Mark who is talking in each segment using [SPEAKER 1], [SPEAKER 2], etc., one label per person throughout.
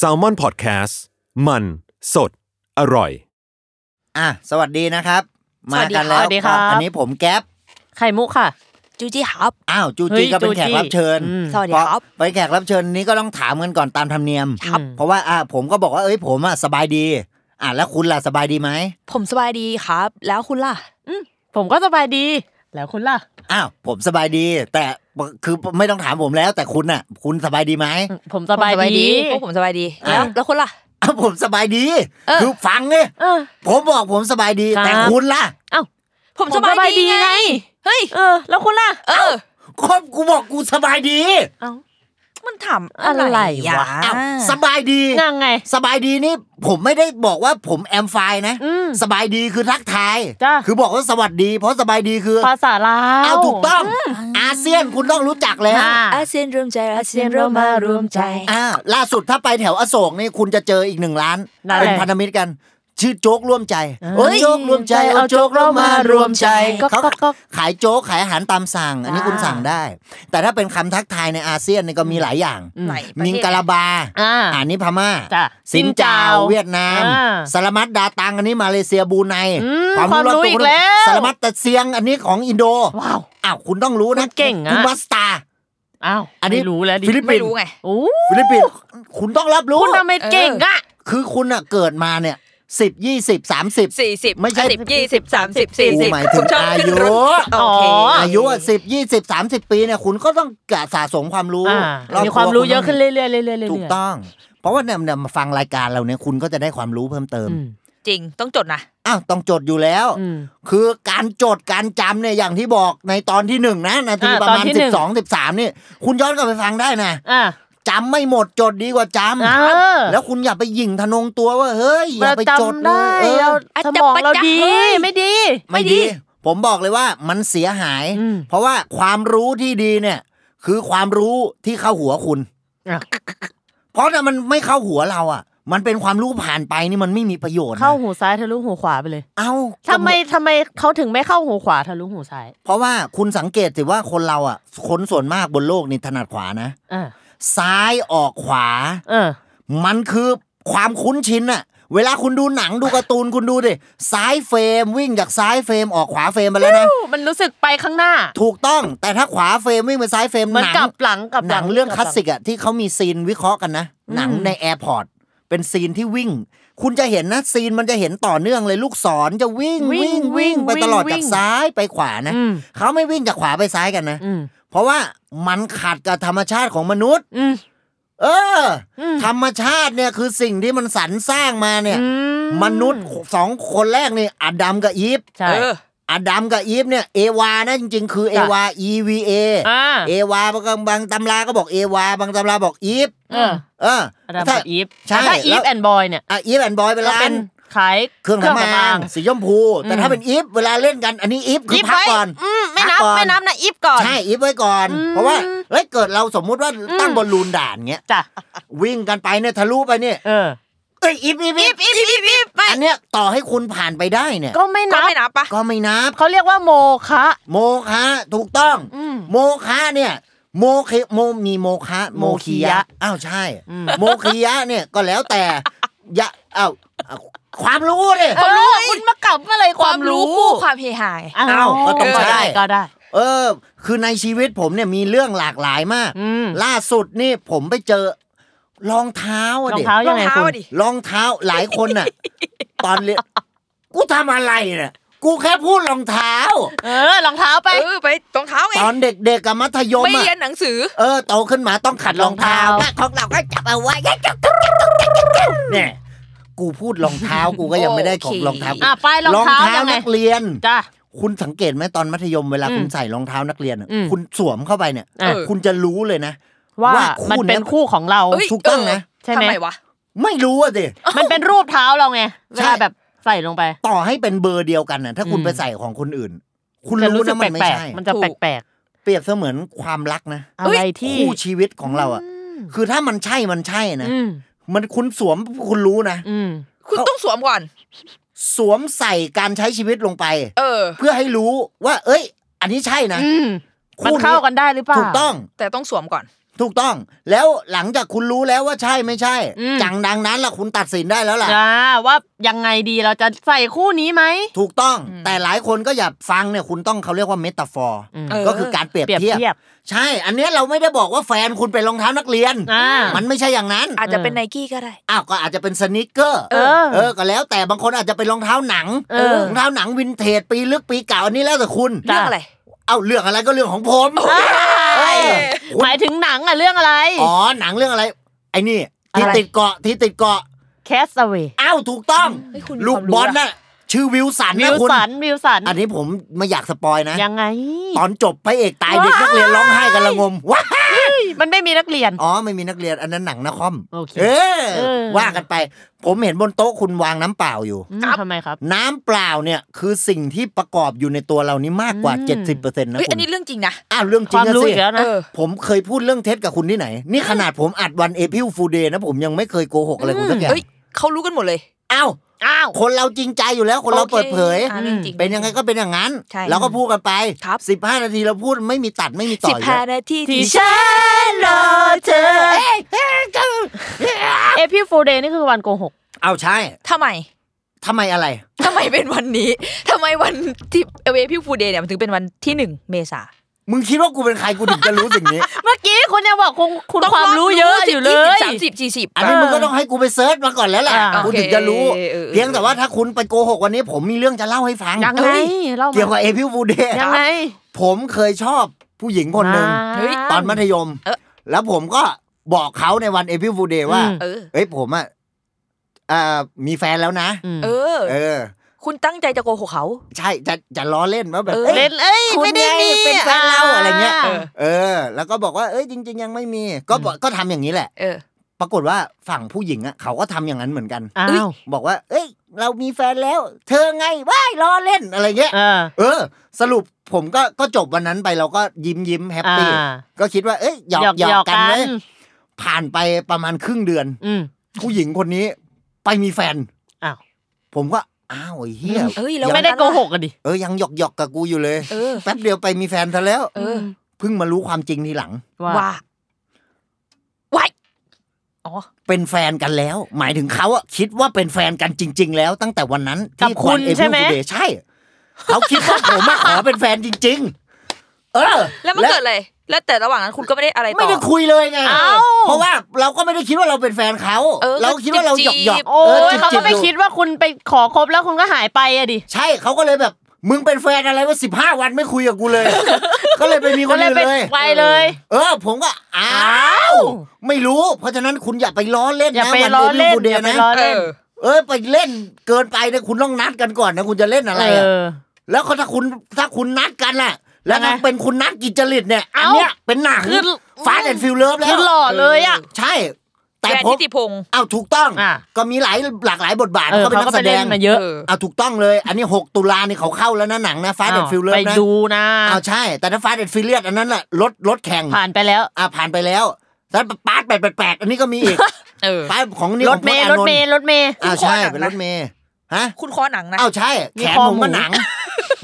[SPEAKER 1] s a l m o n PODCAST มันสดอร่อย
[SPEAKER 2] อ่ะสวัสดีนะครับ มา
[SPEAKER 3] สวัสดี
[SPEAKER 2] กันแล้ว
[SPEAKER 3] สวัสดีครับ
[SPEAKER 2] อันนี้ผมแก๊ป
[SPEAKER 3] ไข่มุกค่ะ
[SPEAKER 4] จูจี้ครับ
[SPEAKER 2] อ้าวจู
[SPEAKER 3] เฮ้
[SPEAKER 2] จี
[SPEAKER 3] ย
[SPEAKER 2] ก็เป็น
[SPEAKER 3] จูจี้
[SPEAKER 2] แขกรับเชิญ
[SPEAKER 3] อืม
[SPEAKER 4] สวัสดีครับ
[SPEAKER 2] เพาะไปแขกรับเชิญนี้ก็ต้องถามกันก่อนตามธรรมเนียม
[SPEAKER 3] ครับ
[SPEAKER 2] เพราะว่าอ่ะผมก็บอกว่าเอ้ยผมอ่ะสบายดี อ่ะแล้วคุณล่ะสบายดีไหม
[SPEAKER 4] ผมสบายดีครับ แล้วคุณล่ะ
[SPEAKER 3] ผมก็สบายดี แล้วคุณล่ะ
[SPEAKER 2] อ้าวผมสบายดี แต่คือไม่ต้องถามผมแล้ว แต่คุณน่ะ คุณสบายดีไหม
[SPEAKER 3] ผมสบายดี
[SPEAKER 4] ผมสบายดีพวกผมสบายดีแล้วแล้วคุณล่ะ
[SPEAKER 2] อ้าวผมสบายดี
[SPEAKER 4] เออ
[SPEAKER 2] คือฟังเนี่ย
[SPEAKER 3] เออ
[SPEAKER 2] ผมบอกผมสบายดี
[SPEAKER 3] ครับ
[SPEAKER 2] แต่คุณล่ะ
[SPEAKER 3] เอ้า
[SPEAKER 4] ผมสบายดีไง เฮ้ย
[SPEAKER 3] เออ แล้วคุณล่ะ
[SPEAKER 4] เออ
[SPEAKER 2] ก็กูบอกกูสบายดี
[SPEAKER 3] เอ้า
[SPEAKER 4] มันถาม
[SPEAKER 3] อะไรวะ
[SPEAKER 2] อ้าวสบายดี
[SPEAKER 3] งังไง
[SPEAKER 2] สบายดีนี่ผมไม่ได้บอกว่าผมแอมไฟล์นะ
[SPEAKER 3] อืม
[SPEAKER 2] สบายดีคือทักทาย
[SPEAKER 3] จ้ะ
[SPEAKER 2] คือบอกว่าสวัสดี เพราะสบายดีคือ
[SPEAKER 3] ภาษาลาว
[SPEAKER 2] เอาถูกต้อง อาเซียนคุณต้องรู้จักแล้ว
[SPEAKER 3] อ่า
[SPEAKER 4] อาเซียนรวมใจอาเซียนรวมมารวมใจ
[SPEAKER 2] อ่าล่าสุดถ้าไปแถวอโศกนี่คุณจะเจออีกหนึ่งร้าน
[SPEAKER 3] ร้านอะไร
[SPEAKER 2] เป็นพันธมิตรกัน ชื่อโจ๊กร่วมใจ
[SPEAKER 3] เอ้
[SPEAKER 2] โอ้
[SPEAKER 3] ย
[SPEAKER 2] โจ๊กร่วมใจเอาโจ๊กเรามารวมใจ
[SPEAKER 3] ก็
[SPEAKER 2] เขา
[SPEAKER 3] ก็ก็
[SPEAKER 2] ขายโจ๊กขายอาหารตามสั่ง อันนี้
[SPEAKER 3] อ่า
[SPEAKER 2] คุณสั่งได้ แต่ถ้าเป็นคำทักทายในอาเซียนนี่ก็มีหลายอย่าง
[SPEAKER 4] ไหน
[SPEAKER 2] มิงกะลาบา
[SPEAKER 3] อ่า
[SPEAKER 2] อันนี้พม่า
[SPEAKER 3] จ้ะ
[SPEAKER 2] สินเจา
[SPEAKER 3] สินเจา
[SPEAKER 2] เวียดนาม
[SPEAKER 3] อ่า
[SPEAKER 2] สารมัดดาตังอันนี้มาเลเซียบรูไน
[SPEAKER 3] อืมความรู้
[SPEAKER 2] บ
[SPEAKER 3] อีกแล้ว
[SPEAKER 2] สารมัดตะเซียงอันนี้ของอินโด
[SPEAKER 3] ว้าว
[SPEAKER 2] อ้าวคุณต้องรู้
[SPEAKER 3] คุ
[SPEAKER 2] นะ
[SPEAKER 3] ณเก่งอะ
[SPEAKER 2] คุณวัสตา
[SPEAKER 3] อ้าว
[SPEAKER 2] อันนี้
[SPEAKER 3] ไม่รู้แล้วดิ
[SPEAKER 2] ฟิลิปปิ
[SPEAKER 4] ไม่
[SPEAKER 2] นส์
[SPEAKER 4] รู้ไง
[SPEAKER 3] โอ้
[SPEAKER 2] ฟิลิปปินส์คุณต้องรับรู้
[SPEAKER 3] คุณทำไมเก่งอ่ะ
[SPEAKER 2] คือคุณอะเกิดมาเนี่ยสิบยี่สิบสามสิบ
[SPEAKER 4] สี่สิบ
[SPEAKER 2] ไม่ใช่
[SPEAKER 4] สิบยี่สิบสามสิบสี่
[SPEAKER 2] กู
[SPEAKER 4] สิบ
[SPEAKER 2] หมายถึง
[SPEAKER 4] ชบ
[SPEAKER 2] อา
[SPEAKER 4] ขึ้น
[SPEAKER 2] ยุ
[SPEAKER 4] รถโอเค
[SPEAKER 3] อ๋อ
[SPEAKER 2] อายุสิบยี่สิบสามสิบปีเนี่ยคุณก็ต้องกะสะสมความรู้
[SPEAKER 3] อ่า
[SPEAKER 2] บ
[SPEAKER 3] มีความรู้
[SPEAKER 2] ณ
[SPEAKER 3] เยอะขึ้นเรื่อยๆเรื่อยๆเรื่อยๆ
[SPEAKER 2] ถูกต้อง เพราะว่าเนี่ยเนี่ยมาฟังรายการเราเนี่ยคุณก็จะได้ความรู้เพิ่มเติม
[SPEAKER 3] อืม
[SPEAKER 4] จริงต้องจดนะ
[SPEAKER 2] อ้าวต้องจดอยู่แล้ว
[SPEAKER 3] อืม
[SPEAKER 2] คือการจดการจำเนี่ยอย่างที่บอกในตอนที่หนึ่งนะนาที
[SPEAKER 3] อ่า
[SPEAKER 2] ประ
[SPEAKER 3] ตอน
[SPEAKER 2] มาณ
[SPEAKER 3] ที่ห
[SPEAKER 2] สิ
[SPEAKER 3] นึ่
[SPEAKER 2] บ
[SPEAKER 3] ง
[SPEAKER 2] สองสิบสามนี่คุณย้อนกลับไปฟังได้นะ
[SPEAKER 3] อ่า
[SPEAKER 2] จำไม่หมดจดดีกว่าจำ
[SPEAKER 3] อ่า
[SPEAKER 2] แล้วคุณอย่าไปหยิ่งทะนงตัวว่าเฮ้ยอย่า
[SPEAKER 3] เรา
[SPEAKER 2] ไปจด
[SPEAKER 3] จำ
[SPEAKER 2] เล
[SPEAKER 3] ได้
[SPEAKER 2] ยเออ
[SPEAKER 3] เราสมองเราดี
[SPEAKER 4] เฮ้ย
[SPEAKER 3] ไม่ดี
[SPEAKER 2] ไม่
[SPEAKER 4] ไม่
[SPEAKER 2] ดี
[SPEAKER 4] ดี
[SPEAKER 2] ผมบอกเลยว่ามันเสียหาย
[SPEAKER 3] อืม
[SPEAKER 2] เพราะว่าความรู้ที่ดีเนี่ย คือความรู้ที่เข้าหัวคุณ
[SPEAKER 3] อ่ะ
[SPEAKER 2] เพราะถ้ามันไม่เข้าหัวเราอ่ะ มันเป็นความรู้ผ่านไปนี่มันไม่มีประโยชน์นะ
[SPEAKER 3] เข้าหูซ้ายทะลุหูขวาไปเลย
[SPEAKER 2] เอ้า
[SPEAKER 3] ทำไมทำไมเขาถึงไม่เข้าหูขวาทะลุหูซ้าย
[SPEAKER 2] เพราะว่าคุณสังเกตสิว่าคนเราอ่ะคนส่วนมากบนโลกนี่ถนัดขวานะ
[SPEAKER 3] อ่า
[SPEAKER 2] ซ้ายออกขวา
[SPEAKER 3] เออ
[SPEAKER 2] มันคือความคุ้นชินอะเวลาคุณดูหนังดูการ์ตูนคุณดูดิ ซ้ายเฟรมวิ่งจากซ้ายเฟรมออกขวาเฟรมไปแล้วนะ
[SPEAKER 3] มันรู้สึกไปข้างหน้า
[SPEAKER 2] ถูกต้อง แต่ถ้าขวาเฟรมวิ่งไปซ้ายเฟรม
[SPEAKER 3] มัน
[SPEAKER 2] หนั
[SPEAKER 3] กลั
[SPEAKER 2] ง
[SPEAKER 3] บหลังกลับ
[SPEAKER 2] ห
[SPEAKER 3] ห
[SPEAKER 2] นั
[SPEAKER 3] ลั
[SPEAKER 2] ง
[SPEAKER 3] ง
[SPEAKER 2] เรื่องคลาสสิ
[SPEAKER 3] ก
[SPEAKER 2] กอะที่เขามีซีนวิเคราะห์กันนะ หนังในแอร์พอร์ต เป็นซีนที่วิ่ง คุณจะเห็นนะซีนมันจะเห็นต่อเนื่องเลยลูกศรจะวิ่งวิ่งวิ่งไปตลอดจากซ้ายไปขวานะ
[SPEAKER 3] อืม
[SPEAKER 2] เขาไม่วิ่งจากขวาไปซ้ายกันนะ
[SPEAKER 3] อืม
[SPEAKER 2] เพราะว่ามันขัดกับธรรมชาติของมนุษย์
[SPEAKER 3] อืม
[SPEAKER 2] เอออ
[SPEAKER 3] ม
[SPEAKER 2] ธรรมชาติเนี่ยคือสิ่งที่มันสรรสร้างมาเนี่ย
[SPEAKER 3] อื
[SPEAKER 2] มนุษย์สองคนแรกนี่อดัมกับอีฟ
[SPEAKER 3] ใช่
[SPEAKER 4] เออ
[SPEAKER 2] อดัมกับอีฟเนี่ยเอวานะจริงๆ คือเอ
[SPEAKER 3] จ้ะ
[SPEAKER 2] วา EVA
[SPEAKER 3] อ่า
[SPEAKER 2] เอวาบางบางตำราก็บอกเอวาบางตำราบอกอีฟ
[SPEAKER 3] เออ
[SPEAKER 2] เออ
[SPEAKER 3] อดัม
[SPEAKER 2] ถ้า
[SPEAKER 3] กับอีฟ
[SPEAKER 2] ใช่
[SPEAKER 3] แต่ถ้าอี
[SPEAKER 2] แล้
[SPEAKER 3] ฟ
[SPEAKER 2] ว
[SPEAKER 3] แอนบอยเนี่ย
[SPEAKER 2] อ่ะอีฟแอนบอยเป็น
[SPEAKER 3] ก็
[SPEAKER 2] ร้า
[SPEAKER 3] เป็น นขาย
[SPEAKER 2] เครื่องทำ
[SPEAKER 3] ำ
[SPEAKER 2] อางสีชมพู แต่ถ้าเป็นอีฟเวลาเล่นกันอันนี้อีฟคืออพักก่อน
[SPEAKER 3] อืมไม่นับ
[SPEAKER 2] พักก่อน
[SPEAKER 3] ไม่นับนะอีฟก่อน
[SPEAKER 2] ใช่อีฟไว้ก่อน
[SPEAKER 3] อืม
[SPEAKER 2] เพราะว่าเฮ้ยเกิดเราสมมุติว่าตั้ง
[SPEAKER 3] อืม
[SPEAKER 2] บอลลูนด่านเงี้ย
[SPEAKER 3] จ้ะ
[SPEAKER 2] วิ่งกันไปเนี่ยทะลุไปเนี่ย
[SPEAKER 3] เออ
[SPEAKER 2] เอ้ยอีฟอีฟอีฟ
[SPEAKER 4] อีฟอีฟอีฟไป
[SPEAKER 2] อันเนี้ยต่อให้คุณผ่านไปได้เนี่ย
[SPEAKER 3] ก็ไม่
[SPEAKER 4] ก็
[SPEAKER 3] นับ
[SPEAKER 4] ไม่นับปะ
[SPEAKER 2] ก็ไม่นับ
[SPEAKER 3] เขาเรียกว่าโมคะ
[SPEAKER 2] โมคะถูกต้อง
[SPEAKER 3] อืม
[SPEAKER 2] โมคะเนี่ย โมเคโมมีโมคะโมคียะ
[SPEAKER 3] โมคียะ
[SPEAKER 2] อ้าวใช่ โมคียะเนี่ยก็แล้วแต่ยะอ้าวอ้าวความรู้เนี่ย
[SPEAKER 3] เขารู้ว่าคุณมากลับอะไรความรู้
[SPEAKER 4] คู่ความเฮฮาไง
[SPEAKER 3] อ้า
[SPEAKER 2] อ้าว
[SPEAKER 3] ว
[SPEAKER 2] ก็ต้อง
[SPEAKER 3] ก็
[SPEAKER 2] ใช่
[SPEAKER 3] ได้ก็ได้
[SPEAKER 2] เออ คือในชีวิตผมเนี่ยมีเรื่องหลากหลายมาก
[SPEAKER 3] อืม
[SPEAKER 2] ล่าสุดนี่ผมไปเจอรองเท้าอะ
[SPEAKER 3] รอง
[SPEAKER 2] เด็ก
[SPEAKER 3] เท้ายังไง
[SPEAKER 4] รองเท้า
[SPEAKER 3] คุณ
[SPEAKER 4] อะดิ
[SPEAKER 2] รองเท้าหลายคนน่ะ ตอนเรียนกูทำอะไรเนี่ยกูแค่พูดรองเท้า
[SPEAKER 3] เออรองเท้าไป
[SPEAKER 4] เออไปรองเท้าไง
[SPEAKER 2] ตอนเด็กๆกับมัธยม
[SPEAKER 4] ไม่
[SPEAKER 2] อะ
[SPEAKER 4] เรียนหนังสือ
[SPEAKER 2] เออโตขึ้นมาต้องขัดรองเท้า
[SPEAKER 3] ขัดรองเท้า
[SPEAKER 2] บ้านของเราก็จับเอาไว้เนี่ยกูพูดรองเท้ากูก็ยังไม่ได้ของ
[SPEAKER 4] โอเค
[SPEAKER 2] รองเท้า
[SPEAKER 3] อ่ะไปรองเท้ายังไง
[SPEAKER 2] นักเรียน
[SPEAKER 3] จ้ะ
[SPEAKER 2] คุณสังเกตไหมตอนมัธยมเวลา
[SPEAKER 3] อืม
[SPEAKER 2] คุณใส่รองเท้านักเรียนอะ
[SPEAKER 3] อืม
[SPEAKER 2] คุณสวมเข้าไปเนี่ย
[SPEAKER 3] อ่ะ
[SPEAKER 2] คุณจะรู้เลยนะ
[SPEAKER 3] ว่า
[SPEAKER 2] ว่าคู่
[SPEAKER 3] มันเป็น
[SPEAKER 2] นั้น
[SPEAKER 3] คู่ของเรา
[SPEAKER 4] เอ้ย
[SPEAKER 2] ถูกต้องนะ
[SPEAKER 3] ใช่ไหม
[SPEAKER 4] ทำไมวะ
[SPEAKER 2] ไม่รู้อะสิ
[SPEAKER 3] มันเป็นรูปเท้าเราไงเว
[SPEAKER 2] ใช่
[SPEAKER 3] ลาแบบใส่ลงไป
[SPEAKER 2] ต่อให้เป็นเบอร์เดียวกันน่ะ ถ้าคุณ
[SPEAKER 3] อืม
[SPEAKER 2] ไปใส่ของคนอื่น คุณ
[SPEAKER 3] จะ
[SPEAKER 2] รู้
[SPEAKER 3] รู้สึก
[SPEAKER 2] นะ
[SPEAKER 3] แ
[SPEAKER 2] มันไม่
[SPEAKER 3] ปลก
[SPEAKER 2] ใช่
[SPEAKER 3] ๆมันจะ
[SPEAKER 4] ถูก
[SPEAKER 3] แปลก
[SPEAKER 2] เปรียบเสมือนความรักนะ
[SPEAKER 3] ๆอะไรที่
[SPEAKER 2] คู่ชีวิตของเราอ่ะ คือถ้ามันใช่มันใช่นะ
[SPEAKER 3] อืม
[SPEAKER 2] มันคุณสวมคุณรู้นะ
[SPEAKER 3] อืม
[SPEAKER 4] คุณต้องสวมก่อน
[SPEAKER 2] สวมใส่การใช้ชีวิตลงไป
[SPEAKER 4] เออ
[SPEAKER 2] เพื่อให้รู้ว่า เอ้ย อันนี้ใช่นะ
[SPEAKER 3] อืมมัน
[SPEAKER 2] คู่
[SPEAKER 3] เข้ากันได้หรือเปล่า
[SPEAKER 2] ถูกต้อง
[SPEAKER 4] แต่ต้องสวมก่อน
[SPEAKER 2] ถูกต้อง แล้วหลังจากคุณรู้แล้วว่าใช่ไม่ใช่
[SPEAKER 3] อืม
[SPEAKER 2] จังดังนั้นล่ะคุณตัดสินได้แล้วล่ะ
[SPEAKER 3] อ่าว่ายังไงดีเราจะใส่คู่นี้ไหม
[SPEAKER 2] ถูกต้อง
[SPEAKER 4] อืม
[SPEAKER 2] แต่หลายคนก็อย่าฟังเนี่ยคุณต้องเขาเรียกว่าเมตาฟอร์
[SPEAKER 3] อืม
[SPEAKER 4] เออ
[SPEAKER 2] ก็คือการเปรียบเทียบ ใช่ อันเนี้ยเราไม่ได้บอกว่าแฟนคุณเป็นรองเท้านักเรียน
[SPEAKER 3] อ่า
[SPEAKER 2] มันไม่ใช่อย่างนั้น
[SPEAKER 4] อาจจะเป็น
[SPEAKER 3] เออ
[SPEAKER 4] ไนกี้ก็ได้
[SPEAKER 2] อ้าว ก็อาจจะเป็นสนิเกอร์
[SPEAKER 3] เออ
[SPEAKER 2] เออ ก็แล้วแต่บางคนอาจจะเป็นรองเท้าหนัง
[SPEAKER 3] เออ
[SPEAKER 2] รองเท้าหนังวินเทจปีลึกปีเก่าอันนี้แล้วแต่คุณ
[SPEAKER 3] จ้ะ
[SPEAKER 4] เรื่องอะไร
[SPEAKER 2] เอ้าเรื่องอะไรก็เรื่องของผมเออคุณ
[SPEAKER 3] หมายถึงหนังอะเรื่องอะไร
[SPEAKER 2] อ๋อ หนังเรื่องอะไร ไอ้นี่ ที่
[SPEAKER 3] อะไร
[SPEAKER 2] ติดเกาะ ที่ติดเกาะ
[SPEAKER 3] Castaway
[SPEAKER 2] อ้าว ถูกต้อง
[SPEAKER 4] เฮ้ยคุณมี
[SPEAKER 2] ลูก
[SPEAKER 4] ความรู้
[SPEAKER 2] บอล
[SPEAKER 4] อะ
[SPEAKER 2] น่ะ ชื่อวิลสัน
[SPEAKER 3] วิ
[SPEAKER 2] นะ
[SPEAKER 3] ล
[SPEAKER 2] คุณ
[SPEAKER 3] สันวิลสัน
[SPEAKER 2] อันนี้ผมไม่อยากสปอยนะ
[SPEAKER 3] ยังไง
[SPEAKER 2] ตอนจบพระเอกตายเด็กนักเรียนร้องไห้กันละงมว้า
[SPEAKER 3] มันไม่มีนักเรียน
[SPEAKER 2] อ๋อไม่มีนักเรียนอันนั้นหนังนะคอม
[SPEAKER 3] โอเค
[SPEAKER 2] เออ
[SPEAKER 3] เออ
[SPEAKER 2] ว่ากันไป ผมเห็นบนโต๊ะคุณวางน้ำเปล่าอยู่
[SPEAKER 3] อืมทำไมครับ
[SPEAKER 2] น้ำเปล่าเนี่ยคือสิ่งที่ประกอบอยู่ในตัวเรานี่มากกว่า
[SPEAKER 3] อืม
[SPEAKER 2] 70%นะ
[SPEAKER 4] เอ้ย
[SPEAKER 2] คุ
[SPEAKER 4] อั
[SPEAKER 2] ณ
[SPEAKER 4] นนี้เรื่องจริงนะ
[SPEAKER 2] อ้าวเรื่องจ
[SPEAKER 3] ค
[SPEAKER 2] ริง
[SPEAKER 3] วาม
[SPEAKER 2] อะ
[SPEAKER 3] รู้
[SPEAKER 2] สิ
[SPEAKER 3] อีกแล้วนะ
[SPEAKER 4] เออ
[SPEAKER 2] ผมเคยพูดเรื่องเท็จกับคุณที่ไหน นี่ขนาดผมอัดวันเอพิลฟูเดย์นะผมยังไม่เคยโกหกอะไรคุณสักอย่าง
[SPEAKER 4] เอ้ยเขารู้กันหมดเลย
[SPEAKER 2] อ้าว
[SPEAKER 3] อ้าว
[SPEAKER 2] คนเราจริงใจอยู่แล้วคนเรา
[SPEAKER 4] โอค
[SPEAKER 2] เปิดเผย
[SPEAKER 4] อ่ะเรื่องจริง
[SPEAKER 2] เป็นยังไงก็เป็นอย่างนั้น
[SPEAKER 4] ใช่
[SPEAKER 2] เราก็พูดกันไป
[SPEAKER 4] ครับ
[SPEAKER 2] 15 นาทีเราพูดไม่มีตัดไม่มีต่
[SPEAKER 4] สิ
[SPEAKER 2] อบ ย
[SPEAKER 4] ห้านาที
[SPEAKER 3] ที่
[SPEAKER 4] ที่ฉันรอเธอ
[SPEAKER 3] เอพิฟูเดย์นี่คือวันโกหก
[SPEAKER 2] เอาใช่
[SPEAKER 4] ทำไม
[SPEAKER 2] ทำไมอะไร
[SPEAKER 4] ทำไมเป็นวันนี้ทำไมวันที่เอเวพี่ฟูเดย์เนี่ยมันถึงเป็นวันที่หนึ่งเมษา
[SPEAKER 2] มึงคิดว่ากูเป็นใครกูถึงจะรู้สิ่งนี้
[SPEAKER 3] เมื่อกี้คุณยังบอกคุณคุณ
[SPEAKER 4] ต้อง
[SPEAKER 3] ความรู้เยอะอยู่เลย
[SPEAKER 4] สามสิบสี่สิบ
[SPEAKER 2] อันนี้มึงก็ต้องให้กูไปเซิร์ชมาก่อนแล้วแหละ
[SPEAKER 3] อ่า
[SPEAKER 2] กูถึงจะรู้
[SPEAKER 4] โอเคเออ
[SPEAKER 2] เพียงแต่ว่าถ้าคุณไปโกหกวันนี้ ผมมีเรื่องจะเล่าให้ฟัง
[SPEAKER 3] ยังไง
[SPEAKER 2] เอ้ย
[SPEAKER 3] เล่า
[SPEAKER 2] เกี่ยว
[SPEAKER 3] มา
[SPEAKER 2] กับเอพิวบูเดย์
[SPEAKER 3] ยังไง
[SPEAKER 2] ผมเคยชอบผู้หญิงคนหนึ่ง
[SPEAKER 3] า
[SPEAKER 4] เฮ้ย
[SPEAKER 2] ตอนมัธยม
[SPEAKER 4] เออ
[SPEAKER 2] แล้วผมก็บอกเขาในวันเอพิวบูเดย์ว่า
[SPEAKER 3] อืม
[SPEAKER 4] เออ
[SPEAKER 2] เอ้ยผมอ่ะอ่ามีแฟนแล้วนะ
[SPEAKER 3] อืม
[SPEAKER 4] เออ
[SPEAKER 2] เออ
[SPEAKER 4] คุณตั้งใจจะโกหกเขา
[SPEAKER 2] ใช่จะจะล้อเล่นว่าแบบ
[SPEAKER 4] เออ
[SPEAKER 2] อ้ย
[SPEAKER 3] เล่นเอ้ย
[SPEAKER 2] คุณ
[SPEAKER 3] ไม่ได้มี
[SPEAKER 2] ไงเป็นแฟนเราอะไรเงี้ย
[SPEAKER 4] เออ
[SPEAKER 2] เออ แล้วก็บอกว่าเอ้ยจริง ๆ ยังไม่มี ก็บอกก็ทำอย่างนี้แหละ
[SPEAKER 4] เออ
[SPEAKER 2] ปรากฏว่าฝั่งผู้หญิงอ่ะเขาก็ทำอย่างนั้นเหมือนกัน
[SPEAKER 3] อ้า
[SPEAKER 4] เอ้ย
[SPEAKER 3] ว
[SPEAKER 2] บอกว่า เอ้ย เรามีแฟนแล้ว เธอไงว่ายล้อเล่นอะไรเงี้ย
[SPEAKER 3] เออ
[SPEAKER 2] เออ สรุปผมก็ ก็จบวันนั้นไปเราก็ยิ้มยิ้มแฮป
[SPEAKER 3] อ่า
[SPEAKER 2] ปี้ ก็คิดว่า เอ้ย หยอกหยอกกันไว้ยผ่านไปประมาณครึ่งเดือน
[SPEAKER 3] อืม
[SPEAKER 2] ผู้หญิงคนนี้ไปมีแฟน
[SPEAKER 3] อ้าว
[SPEAKER 2] ผมก็ อ้าวไอ้เฮีย
[SPEAKER 4] เอ้ยแล้ว
[SPEAKER 2] ง
[SPEAKER 3] ไม่ได้โกหกกันดิ
[SPEAKER 2] เออ ยังหยอกหยอกกับกูอยู่เลย
[SPEAKER 4] เออ
[SPEAKER 2] แป๊บเดียวไปมีแฟนซะแล้ว
[SPEAKER 4] เออ
[SPEAKER 2] เพิ่งมารู้ความจริงทีหลัง
[SPEAKER 3] ว่า
[SPEAKER 4] ว่าว้ายอ๋อ
[SPEAKER 2] เป็นแฟนกันแล้ว หมายถึงเขาอะคิดว่าเป็นแฟนกันจริง ๆ แล้วตั้งแต่วันนั้น
[SPEAKER 3] กับ
[SPEAKER 2] ที่
[SPEAKER 3] คุณ
[SPEAKER 2] วันเอ
[SPEAKER 3] ใช่
[SPEAKER 2] พิ
[SPEAKER 3] ไหม
[SPEAKER 2] ลเดย์ใช่ เขาคิดว่าผมมาขอเป็นแฟนจริง ๆ เออ
[SPEAKER 4] แล้วมันเกิดอะไร แล้วแต่ระหว่างนั้นคุณก็ไม่ได้อะไรต่อ
[SPEAKER 2] ไม่ได้คุยเลยไง
[SPEAKER 3] เอ้า
[SPEAKER 2] เพราะว่าเราก็ไม่ได้คิดว่าเราเป็นแฟนเขา
[SPEAKER 4] เออ
[SPEAKER 2] เราคิดว่าเราหยอกหยอก
[SPEAKER 4] จีบ
[SPEAKER 3] โอ้ยเขาก็ไป
[SPEAKER 2] ยู่
[SPEAKER 3] คิดว่าคุณไปขอคบแล้วคุณก็หายไปอะดิ
[SPEAKER 2] ใช่เขาก็เลยแบบ มึงเป็นแฟนอะไรว่าสิบห้าวันไม่คุยกับกูเลย ก็เลยไปมีคน
[SPEAKER 3] ก็เลย
[SPEAKER 2] อื่น
[SPEAKER 3] ไป
[SPEAKER 2] เลย
[SPEAKER 3] ไปเลย
[SPEAKER 2] เออ ผมก็อ้าวไม่รู้ เพราะฉะนั้นคุณอย่าไปล้อเล่น
[SPEAKER 3] อย่า
[SPEAKER 2] นะ
[SPEAKER 3] ไป
[SPEAKER 2] วัน
[SPEAKER 3] ล้อ
[SPEAKER 2] เด
[SPEAKER 3] เล่น
[SPEAKER 2] ย์เด
[SPEAKER 3] อย่า
[SPEAKER 2] ย์
[SPEAKER 3] ไป
[SPEAKER 2] นะ
[SPEAKER 3] ล้อ
[SPEAKER 4] เอ
[SPEAKER 3] เล่น
[SPEAKER 4] อ
[SPEAKER 2] เอ้ยไปเล่นเกินไปนะคุณต้องนัดกันก่อนนะคุณจะเล่นอะไรอะ
[SPEAKER 3] เออ
[SPEAKER 2] แล้วก็ถ้าคุณถ้าคุณนัดกันล่ะ แล้วถ้า
[SPEAKER 3] ยังไง
[SPEAKER 2] เป็นคุณนัดกิจจริตเนี่ยอัน
[SPEAKER 3] เอ้า
[SPEAKER 2] เนี้ยเป็นหนัง
[SPEAKER 3] คือ
[SPEAKER 2] ฟาดแอนฟิลเลิฟแล้
[SPEAKER 3] คื
[SPEAKER 2] ว
[SPEAKER 3] อหล่อเลยอะ
[SPEAKER 2] ใช่ แต่
[SPEAKER 4] แก
[SPEAKER 2] ผม
[SPEAKER 4] นิติพงศ์
[SPEAKER 2] เอาถูกต้อง
[SPEAKER 3] อ่ะ
[SPEAKER 2] ก็มีหลายหลากหลายบทบาท
[SPEAKER 3] เออ
[SPEAKER 2] เขาเป็น
[SPEAKER 3] เขา
[SPEAKER 2] นั
[SPEAKER 3] ก็
[SPEAKER 2] ก
[SPEAKER 3] ไป
[SPEAKER 2] แสด
[SPEAKER 3] เล่น
[SPEAKER 2] ง
[SPEAKER 3] มาเยอะ
[SPEAKER 2] เอาถูกต้องเลย อันนี้ 6 ตุลานี่เขาเข้าแล้วนะหนังนะฟาดแอนฟิลเลิฟ
[SPEAKER 3] ไป
[SPEAKER 2] นะ
[SPEAKER 3] ดูนะ
[SPEAKER 2] เอาใช่ แต่ถ้าฟาดแอนฟิลเลียอันนั้นแหละรถรถแข่ง
[SPEAKER 3] ผ่านไปแล้ว
[SPEAKER 2] อ่ะผ่านไปแล้วแล้วปาร์ตแปดแปดแปดอันนี้ก็มีอีก
[SPEAKER 4] เออ
[SPEAKER 2] ปาร์ตของนี่
[SPEAKER 3] ร
[SPEAKER 2] ข
[SPEAKER 3] ถ
[SPEAKER 2] องพ
[SPEAKER 3] เม
[SPEAKER 2] จน์
[SPEAKER 3] ย์
[SPEAKER 2] อาร น
[SPEAKER 3] ถ
[SPEAKER 2] นท์
[SPEAKER 3] เมย์รถเมย์
[SPEAKER 2] อ้าว
[SPEAKER 4] คุณคอ
[SPEAKER 2] ใช่
[SPEAKER 4] หนัง
[SPEAKER 2] เป็น
[SPEAKER 4] นะ
[SPEAKER 2] รถเมย์ฮะ
[SPEAKER 4] คุณคอหนังนะ
[SPEAKER 2] อ้าวใช่
[SPEAKER 3] มี
[SPEAKER 2] แขน
[SPEAKER 3] คอ
[SPEAKER 2] ผม
[SPEAKER 3] หมู
[SPEAKER 2] ก็หนัง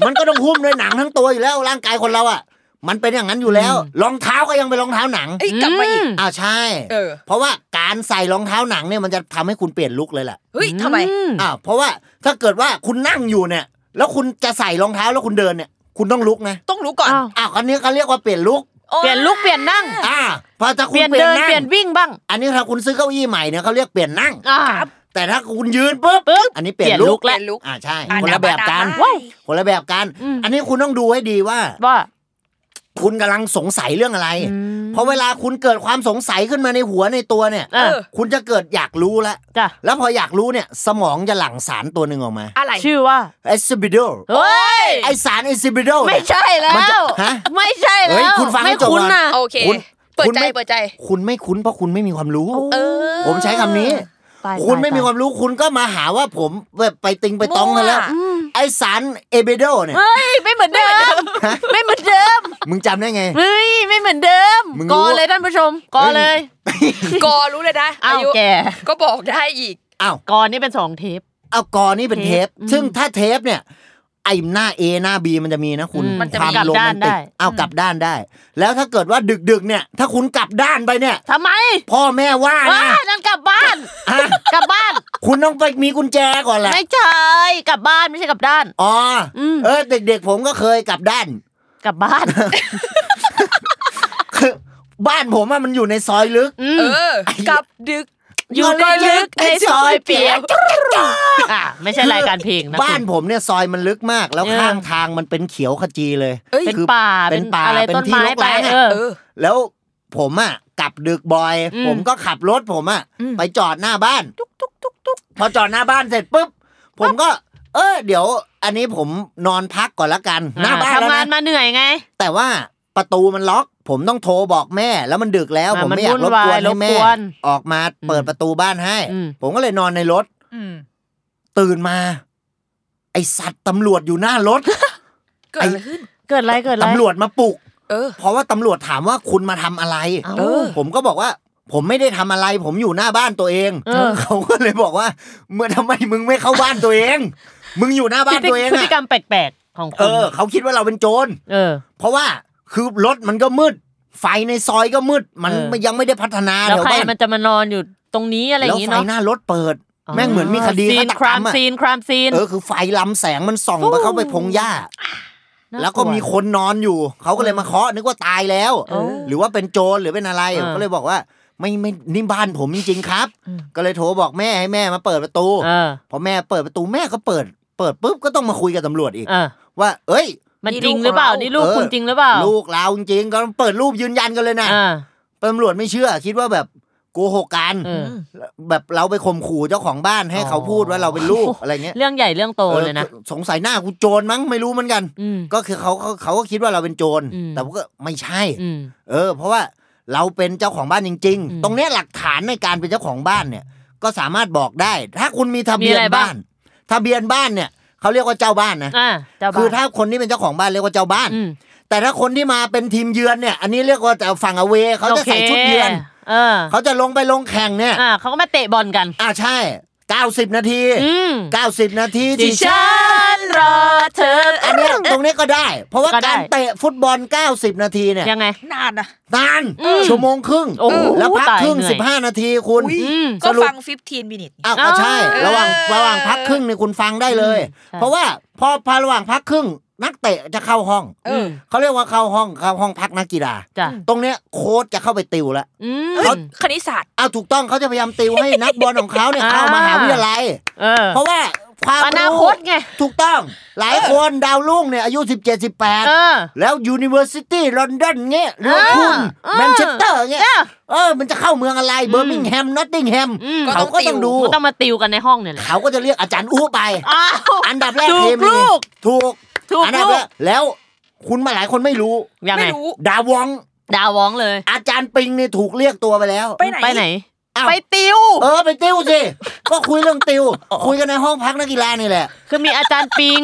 [SPEAKER 2] มันก็ต้องหุ้มด้วยหนังทั้งตัวอยู่แล้วร่างกายคนเราอ่ะ มันเป็นอย่างนั้นอยู่แล้วรองเท้าก็ยังเป็นรองเท้าหนัง
[SPEAKER 4] เอ้ยกลับมาอีก
[SPEAKER 2] อ้าวใช่
[SPEAKER 4] เออ
[SPEAKER 2] เพราะว่าการใส่รองเท้าหนังเนี่ยมันจะทำให้คุณเปลี่ยนลุคเลยแหละ
[SPEAKER 4] เฮ้ยทำไม
[SPEAKER 3] อื
[SPEAKER 2] อ้าวเพราะว่าถ้าเกิดว่าคุณนั่งอยู่เนี่ย แล้วคุณจะใส่รองเท้าแล้วคุณเดินเนี่ย คุณต้องลุกนะ
[SPEAKER 4] ต้องรู้ก่อน
[SPEAKER 3] อ้าว
[SPEAKER 2] อ้าวคันนี้เขาเรียกว่าเปลี่ยนลุก
[SPEAKER 4] โอ้
[SPEAKER 3] เปลี่ยนลุกเปลี่ยนนั่ง
[SPEAKER 2] อ่าเพอถ้า
[SPEAKER 3] เป
[SPEAKER 2] คุณ
[SPEAKER 3] ลี่ยน
[SPEAKER 2] เปลี่ย
[SPEAKER 3] เดิ
[SPEAKER 2] น
[SPEAKER 3] น
[SPEAKER 2] นั่ง
[SPEAKER 3] เปลี่ยนวิ่งบ้าง
[SPEAKER 2] อันนี้ถ้าคุณซื้อเก้าอี้ใหม่เนี่ยเขาเรียกเปลี่ยนนั่ง
[SPEAKER 3] อ่า
[SPEAKER 2] แต่ถ้าคุณยืนปุ๊บ
[SPEAKER 3] ปึ๊บ
[SPEAKER 2] อันนี้เปลี่ยนลุก
[SPEAKER 3] เปลี่ยนลุค
[SPEAKER 4] เปลี่ยนลุก
[SPEAKER 2] อ่าใช่
[SPEAKER 4] อ่ะ
[SPEAKER 2] คนละ
[SPEAKER 4] ดราม่า
[SPEAKER 2] แบบกัน
[SPEAKER 4] ดราม่า
[SPEAKER 2] คนละแบบกัน
[SPEAKER 3] อืม
[SPEAKER 2] อันนี้คุณต้องดูให้ดีว่า
[SPEAKER 3] ว่า
[SPEAKER 2] คุณกำลังสงสัยเรื่องอะไร
[SPEAKER 3] อืม
[SPEAKER 2] เพราะเวลาคุณเกิดความสงสัยขึ้นมาในหัวในตัวเนี่ย
[SPEAKER 3] เออ
[SPEAKER 2] คุณจะเกิดอยากรู้ละ
[SPEAKER 3] จ้ะ
[SPEAKER 2] แล้วพออยากรู้เนี่ย สมองจะหลั่งสารตัวหนึ่งออกมา
[SPEAKER 4] อะไร
[SPEAKER 3] ชื่อว่า
[SPEAKER 2] เอซิบิโด
[SPEAKER 3] เฮ้ย
[SPEAKER 2] ไอสารเอซิบิโด
[SPEAKER 3] ไม่ใช่แล้
[SPEAKER 2] มันจะ
[SPEAKER 3] ว
[SPEAKER 2] ฮะ
[SPEAKER 3] ไม่ใช่
[SPEAKER 2] เฮ้
[SPEAKER 3] แล้
[SPEAKER 2] ยว คุณฟังให้
[SPEAKER 3] ไม่
[SPEAKER 2] จบก่อน
[SPEAKER 3] คุ้นนะ
[SPEAKER 4] โอเค
[SPEAKER 2] คุณ
[SPEAKER 4] เปิด
[SPEAKER 2] คุณ
[SPEAKER 4] ใจ
[SPEAKER 2] ไม่
[SPEAKER 4] เปิดใจ
[SPEAKER 2] คุณไม่คุ้นเพราะคุณไม่มีความรู้
[SPEAKER 4] เออ
[SPEAKER 2] ผมใช้คำนี้
[SPEAKER 3] ไป
[SPEAKER 2] คุณ
[SPEAKER 3] ป
[SPEAKER 2] ไม่มีความรู้คุณก็มาหาว่าผมแบบไปติงไปตองกันแล้ว ไอสารเอเบโดเนี่ย
[SPEAKER 3] เฮ้ยไม่เหมือนเดิม ไม่เหมือนเดิม
[SPEAKER 2] มึงจำได้ไง
[SPEAKER 3] เฮ้ยไม่เหมือนเดิม
[SPEAKER 2] มึงรู้
[SPEAKER 3] กอเลยท่านผู้ชมกอเลย
[SPEAKER 4] กอรู้เลยนะ
[SPEAKER 3] เอา
[SPEAKER 4] อายุ
[SPEAKER 3] แก
[SPEAKER 4] ก็บอกได้อีก
[SPEAKER 2] อ้าว
[SPEAKER 3] กอนี่เป็นสองเทป
[SPEAKER 2] เอากอนี่เป็นเทป
[SPEAKER 3] เทป
[SPEAKER 2] ซึ่งถ้าเทปเนี่ย ไอหน้า A หน้า B มันจะมีนะคุณ
[SPEAKER 3] อืมมันจะ
[SPEAKER 2] ควา
[SPEAKER 3] มีกลับ
[SPEAKER 2] โรแม
[SPEAKER 3] ด้าน
[SPEAKER 2] ติ
[SPEAKER 3] ได้
[SPEAKER 2] เอากลับด้านได้ แล้วถ้าเกิดว่าดึกๆเนี่ย ถ้าคุณกลับด้านไปเนี่ย
[SPEAKER 3] ทำไม
[SPEAKER 2] พ่อแม่ว่า
[SPEAKER 3] ว้า
[SPEAKER 2] นะ
[SPEAKER 3] นั่นกลับบ้าน
[SPEAKER 2] ฮะ
[SPEAKER 3] กลับบ้าน
[SPEAKER 2] คุณต้องไปมีกุญแจก่อนแหละ
[SPEAKER 3] ไม่ใช่กลับบ้านไม่ใช่กลับด้าน
[SPEAKER 2] อ๋ออ
[SPEAKER 3] ม
[SPEAKER 2] เออเด็ก ๆ ผมก็เคยกลับด้าน
[SPEAKER 3] กลับบ้าน
[SPEAKER 2] คือบ้านผมอะมันอยู่ในซอยลึก
[SPEAKER 3] อื
[SPEAKER 4] เอ
[SPEAKER 3] ม
[SPEAKER 4] อ กลับดึก
[SPEAKER 3] อยู่ก็ลึกในซอยเปียกอ่ะไม่ใช่รายการเพลงนะ
[SPEAKER 2] บ้าน
[SPEAKER 3] คุณ
[SPEAKER 2] ผมเนี่ยซอยมันลึกมาก แล้ว
[SPEAKER 3] เออ
[SPEAKER 2] ข้างทางมันเป็นเขียวขจีเลย
[SPEAKER 4] เอ้ย
[SPEAKER 3] เป็น
[SPEAKER 2] คือ
[SPEAKER 3] ป่า
[SPEAKER 2] เป็นป่า
[SPEAKER 3] อะไร
[SPEAKER 2] เป็น
[SPEAKER 3] ต้น
[SPEAKER 2] ที่ร
[SPEAKER 3] ไม้
[SPEAKER 2] ก
[SPEAKER 3] ไป
[SPEAKER 2] ร้างอะ
[SPEAKER 3] เออ
[SPEAKER 4] เออ
[SPEAKER 2] แล้วผมอ่ะกลับดึกบ่อย
[SPEAKER 3] อืม
[SPEAKER 2] ผมก็ขับรถผมอ่ะ
[SPEAKER 4] อืม
[SPEAKER 2] ไปจอดหน้าบ้านพอจอดหน้าบ้านเสร็จปุ๊บผมก็ เออเดี๋ยว อันนี้ผมนอนพักก่อนละกัน หน้าบ้านแล้ว
[SPEAKER 3] ทำงาน
[SPEAKER 2] นะ
[SPEAKER 3] มาเหนื่อยไง
[SPEAKER 2] แต่ว่าประตูมันล็อก ผมต้องโทรบอกแม่ แล้วมันดึกแล้ว
[SPEAKER 3] อ่ะ
[SPEAKER 2] ผม
[SPEAKER 3] มัน
[SPEAKER 2] ไม่อยากรบกวนให้แม่
[SPEAKER 3] วุ่นวายรบกวน
[SPEAKER 2] ออกมาเปิดประตูบ้านให้
[SPEAKER 3] อืม
[SPEAKER 2] ผมก็เลยนอนในรถ
[SPEAKER 4] อืม
[SPEAKER 2] ตื่นมา ไอสัตว์ตำรวจอยู่หน้ารถ
[SPEAKER 4] เกิดอะไรขึ้น
[SPEAKER 3] เกิดอะไรเกิดอะไร
[SPEAKER 2] ตำรวจมาปลุก
[SPEAKER 4] เออ
[SPEAKER 2] เพราะว่าตำรวจถามว่าคุณมาทำอะไร
[SPEAKER 3] เอ้า
[SPEAKER 4] เออ
[SPEAKER 2] ผมก็บอกว่า ผมไม่ได้ทำอะไร ผมอยู่หน้าบ้านตัวเอง
[SPEAKER 3] เออ
[SPEAKER 2] เขาก็เลยบอกว่า เมื่อทำไมมึงไม่เข้าบ้านตัวเอง มึงอยู่หน้าบ้านตัวเอง
[SPEAKER 3] พฤ
[SPEAKER 2] อะ
[SPEAKER 3] ติกรรมแปลกๆ ของคุ
[SPEAKER 2] เอ
[SPEAKER 3] ณ
[SPEAKER 2] อ เขาคิดว่าเราเป็นโจร
[SPEAKER 3] เออ
[SPEAKER 2] เพราะว่าคือรถมันก็มืด ไฟในซอยก็มืด มัน
[SPEAKER 3] เออ
[SPEAKER 2] ยังไม่ได้พัฒนา
[SPEAKER 3] แล้ว
[SPEAKER 2] แถว
[SPEAKER 3] ใคร
[SPEAKER 2] บ้าน
[SPEAKER 3] มันจะมานอนอยู่ตรงนี้อะไรอ
[SPEAKER 2] แล้ว
[SPEAKER 3] ย่างนี้
[SPEAKER 2] ไฟ
[SPEAKER 3] เนาะ
[SPEAKER 2] หน้ารถเปิด แม่งเหมือนมีคดี
[SPEAKER 3] ซีน
[SPEAKER 2] ฆาตก
[SPEAKER 3] ค
[SPEAKER 2] ร
[SPEAKER 3] ราร ม
[SPEAKER 2] มอะ
[SPEAKER 3] ซีนครามซีน
[SPEAKER 2] เออคือไฟลำแสงมันส่องไปเข้าไปพงหญ้า
[SPEAKER 3] น่ากลัว
[SPEAKER 2] แล้วก็มีคนนอนอยู่ เขาก็เลยมาเคาะนึกว่าตายแล้ว
[SPEAKER 3] เออ
[SPEAKER 2] หรือว่าเป็นโจรหรือเป็นอะไร
[SPEAKER 3] เออ
[SPEAKER 2] ก็เลยบอกว่า ไม่ไม่นี่บ้านผมจริงๆครับ
[SPEAKER 4] อืม
[SPEAKER 2] ก็เลยโทรบอกแม่ให้แม่มาเปิดประตู
[SPEAKER 3] เออ
[SPEAKER 2] พอแม่เปิดประตูแม่ก็เปิด เปิดปุ๊บก็ต้องมาคุยกับตำรวจอีก
[SPEAKER 3] เออ
[SPEAKER 2] ว่า เอ้ย
[SPEAKER 3] มันจริงหรือเปล่า นี่ลูก
[SPEAKER 2] เออ
[SPEAKER 3] คุณจริงหรือเปล่า
[SPEAKER 2] ลูกเราจริงๆก็ต้องเปิดรูปยืนยันกันเลยนะ
[SPEAKER 3] อ่า
[SPEAKER 2] ตำรวจไม่เชื่อ คิดว่าแบบโกหกกัน
[SPEAKER 3] เออ
[SPEAKER 2] แบบเราไปข่มขู่เจ้าของบ้านให้
[SPEAKER 3] อ๋อ
[SPEAKER 2] เขาพูดว่าเราเป็นลูก อะไรเงี้ย
[SPEAKER 3] เรื่องใหญ่เรื่องโตเลยนะ
[SPEAKER 2] ออสงสัยหน้ากูโจรมั้งไม่รู้เหมือนกัน
[SPEAKER 3] อืม
[SPEAKER 2] ก็คือเขาเขาเขาก็คิดว่าเราเป็นโจร
[SPEAKER 3] อืม
[SPEAKER 2] แต่ว่าก็ไม่ใช่
[SPEAKER 3] อืม
[SPEAKER 2] เออเพราะว่าเราเป็นเจ้าของบ้านจริง
[SPEAKER 3] อืม
[SPEAKER 2] ๆ ตรงเนี้ยหลักฐานในการเป็นเจ้าของบ้านเนี่ย ก็สามารถบอกได้ ถ้าคุณมีทะเบียน
[SPEAKER 3] มีอะไรบ้า
[SPEAKER 2] บ้าง น ทะเบียนบ้านเนี่ยเขาเรียกว่าเจ้าบ้านนะ
[SPEAKER 3] อ่าเจ้าบ้าน
[SPEAKER 2] คือถ้าคนที่เป็นเจ้าของบ้านเรียกว่าเจ้าบ้าน
[SPEAKER 3] อืม
[SPEAKER 2] แต่ถ้าคนที่มาเป็นทีมเยือนเนี่ย อันนี้เรียกว่าแต่ฝั่งอเวเขาจะใส่
[SPEAKER 3] โค
[SPEAKER 2] ชุดเยือน
[SPEAKER 3] เออ
[SPEAKER 2] เขาจะลงไปลงแข่งเนี่ย
[SPEAKER 3] อ่าเขาก็มาเตะบอลกัน
[SPEAKER 2] อ่าใช่ 90 นาที
[SPEAKER 3] อืม
[SPEAKER 2] 90 นาที
[SPEAKER 3] ดิ
[SPEAKER 2] ที่
[SPEAKER 3] ฉันรอเธอ
[SPEAKER 2] อันเนี้ยตรงเนี้ยก็ได้ เพราะว่า
[SPEAKER 3] ก็ได้
[SPEAKER 2] การเตะฟุตบอล 90 นาทีเนี่ย
[SPEAKER 3] ยังไง
[SPEAKER 4] นานนะ
[SPEAKER 2] นาน
[SPEAKER 3] อืม
[SPEAKER 2] ชั่วโมงครึ่ง
[SPEAKER 3] โอ้โห
[SPEAKER 2] แล้วพัก
[SPEAKER 3] ตาย
[SPEAKER 2] ครึ่ง
[SPEAKER 3] เหนื่อย
[SPEAKER 2] สิบห้านาทีคุณ
[SPEAKER 4] อุ๊ย
[SPEAKER 3] อืม
[SPEAKER 4] ก็ฟัง 15 มินิท
[SPEAKER 2] อ้าวก็ใช่
[SPEAKER 3] เออ
[SPEAKER 2] ระหว่างระหว่างพักครึ่งเนี่ยคุณฟังได้เลย
[SPEAKER 3] ใช่
[SPEAKER 2] เพราะว่าพอพอระหว่างพักครึ่ง นักเตะจะเข้าห้อง
[SPEAKER 4] เออ
[SPEAKER 2] เขาเรียกว่าเข้าห้องเข้าห้องพักนักกีฬา
[SPEAKER 3] จ้ะ
[SPEAKER 2] ตรงเนี้ยโค้ชจะเข้าไปติวแล้ว
[SPEAKER 3] อืม
[SPEAKER 4] คณิตศาสตร์
[SPEAKER 2] อ้าวถูกต้องเขาจะพยายามติวให้ นักบอลของเขาเนี่ยเข้า
[SPEAKER 3] อ่าม
[SPEAKER 2] มหาวิทยาลัย
[SPEAKER 3] เออ
[SPEAKER 2] เพราะว่าความ
[SPEAKER 3] อนา
[SPEAKER 2] รู้
[SPEAKER 3] คตไง
[SPEAKER 2] ถูกต้องหลายคนดาวรุ่งเนี่ยอายุ 17
[SPEAKER 3] เอ
[SPEAKER 2] 18
[SPEAKER 3] อ
[SPEAKER 2] แล้ว University London เงี้ยลิเวอร์พูล
[SPEAKER 3] เออ
[SPEAKER 2] แมนเชสเตอร์เงี้ย
[SPEAKER 3] เออ
[SPEAKER 2] เออ มันจะเข้าเมืองอะไร เบอร์มิงแฮม นอตติงแฮม
[SPEAKER 3] อืม
[SPEAKER 2] เขาก็ต้องดู
[SPEAKER 3] มันต้องมาติวกันในห้องเนี่ยแหละ
[SPEAKER 2] เขาก็จะเรียกอาจารย์อู้ไป
[SPEAKER 3] อ้าว
[SPEAKER 2] อันดับแรก
[SPEAKER 3] ถูก
[SPEAKER 2] เคมี
[SPEAKER 3] ลูก
[SPEAKER 2] ถูก
[SPEAKER 3] ถูก
[SPEAKER 2] อันดับ
[SPEAKER 3] ลู
[SPEAKER 2] แร
[SPEAKER 3] ก
[SPEAKER 2] กแล้วคุณมาหลายคนไม่รู้
[SPEAKER 3] ยังไง
[SPEAKER 4] ไม่รู้
[SPEAKER 2] ดาวอง
[SPEAKER 3] ดาวว้องเลย
[SPEAKER 2] อาจารย์ปิงนี่ถูกเรียกตัวไปแล้ว
[SPEAKER 4] ไปไหน
[SPEAKER 3] ไปไหน
[SPEAKER 2] อ้าว
[SPEAKER 3] ไปติว
[SPEAKER 2] เออ ไปติวสิ ก็คุยเรื่องติว คุยกันในห้องพักนักกีฬานี่แหละ
[SPEAKER 3] คือมีอาจารย์ปิง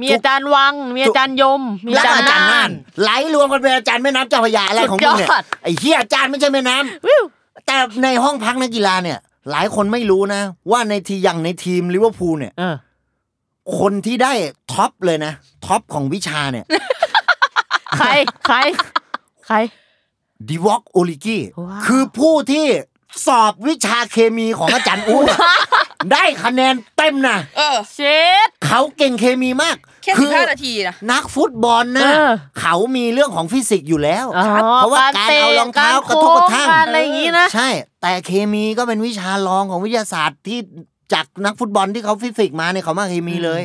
[SPEAKER 3] มีอาจารย์วัง มีอาจารย์ยม มี
[SPEAKER 2] แล้วอา
[SPEAKER 3] อา
[SPEAKER 2] จา
[SPEAKER 3] จารร
[SPEAKER 2] ย์
[SPEAKER 3] ย์
[SPEAKER 2] น่า
[SPEAKER 3] น่าน น
[SPEAKER 2] ไหลรวมกันเป็นอาจารย์แม่น้ำเจ้าพระยาอะไรของมึงเนี่ย
[SPEAKER 3] สุดยอด
[SPEAKER 2] ไอ้เฮียอาจารย์ไม่ใช่แม่น้ำ
[SPEAKER 3] วิว
[SPEAKER 2] แต่ในห้องพักนักกีฬาเนี่ย หลายคนไม่รู้นะ ว่าในทีอย่างในทีมลิเวอร์พูลเนี่ย
[SPEAKER 3] เออ
[SPEAKER 2] คนที่ได้ท็อปเลยนะท็อปของวิชาเนี่ย
[SPEAKER 3] ใคร ใคร ใคร
[SPEAKER 2] ดิวอกโอลิกี้
[SPEAKER 3] ว้าว
[SPEAKER 2] คือผู้ที่สอบวิชาเคมีของอาจารย์อู้อะได้คะแนนเต็มนะ
[SPEAKER 4] เออ
[SPEAKER 3] เช็ด
[SPEAKER 2] เขาเก่งเคมีมาก
[SPEAKER 4] แค่
[SPEAKER 2] คื
[SPEAKER 4] สิบห้านาทีนะ
[SPEAKER 2] นักฟุตบอลนะ
[SPEAKER 3] เออ
[SPEAKER 2] เขามีเรื่องของฟิสิกส์อยู่แล้ว
[SPEAKER 3] อ๋อ
[SPEAKER 2] เพราะว่าการ
[SPEAKER 3] ตะ
[SPEAKER 2] เอารองเท้ากระทบกระทั่ง
[SPEAKER 3] กาโค้การอะไรอย่างนี้นะ
[SPEAKER 2] ใช่ แต่เคมีก็เป็นวิชารองของวิทยาศาสตร์ที่จากนักฟุตบอลที่เขาฟิสิกส์มาเนี่ยเขามาเคมีเลย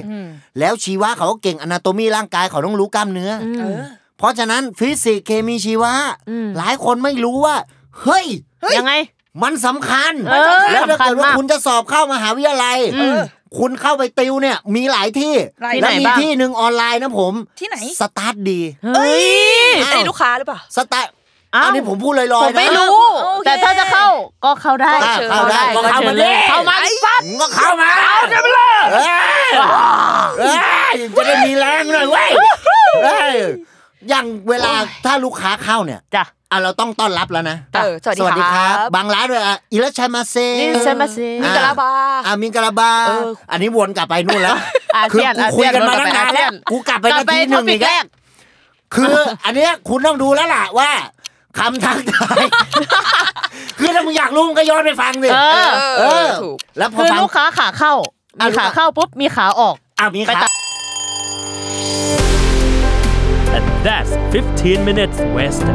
[SPEAKER 2] แล้วชีวะเขาก็เก่งอนาโตมีร่างกายเขาต้องรู้กล้ามเนื้ออ
[SPEAKER 3] ม
[SPEAKER 4] เออ
[SPEAKER 2] เพราะฉะนั้นฟิสิกส์เคมีชีวะ
[SPEAKER 3] อืม
[SPEAKER 2] หลายคนไม่รู้ว่า เฮ้ย
[SPEAKER 3] ยังไง
[SPEAKER 2] มันสำคัญ
[SPEAKER 3] เออ
[SPEAKER 2] แล้วถ้าเกิด
[SPEAKER 3] สำคั
[SPEAKER 2] ว่าม
[SPEAKER 3] ญาก
[SPEAKER 2] คุณจะสอบเข้ามหาวิทยาลัย
[SPEAKER 3] อืม
[SPEAKER 2] คุณเข้าไปติวเนี่ย มีหลายที่
[SPEAKER 4] หลายที่
[SPEAKER 2] และมี
[SPEAKER 3] ไหนบ้าง
[SPEAKER 2] ที่หนึ่งออนไลน์นะผม
[SPEAKER 4] ที่ไหน
[SPEAKER 2] สตาร์ทดี
[SPEAKER 3] เฮ้ย
[SPEAKER 4] อันนี้ลูกค้าหรือเปล่า
[SPEAKER 2] สตาร์
[SPEAKER 3] อ้าว
[SPEAKER 2] อันนี้ผมพูดลอยๆนะ
[SPEAKER 3] ผมไม่รู้
[SPEAKER 4] โอเค
[SPEAKER 3] แต่ถ้าจะเข้าก็เข้าได้
[SPEAKER 2] อ่ะเข้าได้
[SPEAKER 3] ก็เข้า
[SPEAKER 2] เข้า
[SPEAKER 3] มา
[SPEAKER 2] มาเล
[SPEAKER 3] เล
[SPEAKER 2] ย ย
[SPEAKER 3] เข้ามาสัตว์
[SPEAKER 2] มึงก็เข้ามาเอาจะไปเลยเอ้ยจะได้มีแรงหน่อยเว้ยเอ้ยอย่างเวลาถ้าลูกค้าเข้าเนี่ย
[SPEAKER 3] จ้ะ
[SPEAKER 2] อ่ะเราต้องต้อนรับแล้วนะ
[SPEAKER 4] เออสวัสดีครับ
[SPEAKER 2] บางร้านด้วยอ่ะอิรัชยมาเซ
[SPEAKER 3] อิรัชยมาเซ
[SPEAKER 2] อ่
[SPEAKER 4] มิกาลาบา
[SPEAKER 2] อ่ะมิงกะลาบา
[SPEAKER 4] เออ
[SPEAKER 2] อันนี้วนกลับไปนู่นแล้ว
[SPEAKER 3] อา
[SPEAKER 2] คือกูคุ
[SPEAKER 3] เซียนอาเซี
[SPEAKER 2] ย
[SPEAKER 3] ยน
[SPEAKER 2] กันมา
[SPEAKER 3] เร
[SPEAKER 2] ตั้ง
[SPEAKER 3] กลั
[SPEAKER 2] นา
[SPEAKER 3] บไป
[SPEAKER 2] น
[SPEAKER 3] อาเซี
[SPEAKER 2] แล้ว
[SPEAKER 3] น
[SPEAKER 2] กูกลับไป
[SPEAKER 3] กลับ
[SPEAKER 2] นา
[SPEAKER 3] ไป
[SPEAKER 2] ทีห
[SPEAKER 3] ท็อ
[SPEAKER 2] นึ่ง
[SPEAKER 3] ปิ
[SPEAKER 2] อี
[SPEAKER 3] ก
[SPEAKER 2] ก
[SPEAKER 3] แร
[SPEAKER 2] แล้ว
[SPEAKER 3] ก
[SPEAKER 2] คืออันเนี้ยคุณต้องดูแล้วล่ะว่าคำทักทาย คือถ้ามึงอยากรู้มึงก็ย้อนไปฟังสิ
[SPEAKER 3] เออ
[SPEAKER 2] เออ
[SPEAKER 4] ถูก
[SPEAKER 2] แล้วพอ
[SPEAKER 3] คือ
[SPEAKER 2] ฟัง
[SPEAKER 3] ลูกค้าขาเข้า
[SPEAKER 2] อ่ะ
[SPEAKER 3] มี
[SPEAKER 2] ลูก
[SPEAKER 3] ขา
[SPEAKER 2] ค้า
[SPEAKER 3] เข้าปุ๊บมีขาออก
[SPEAKER 2] อ่ะมีค
[SPEAKER 3] ไปตั
[SPEAKER 2] รับ
[SPEAKER 3] ด
[SPEAKER 5] And that's 15 minutes west.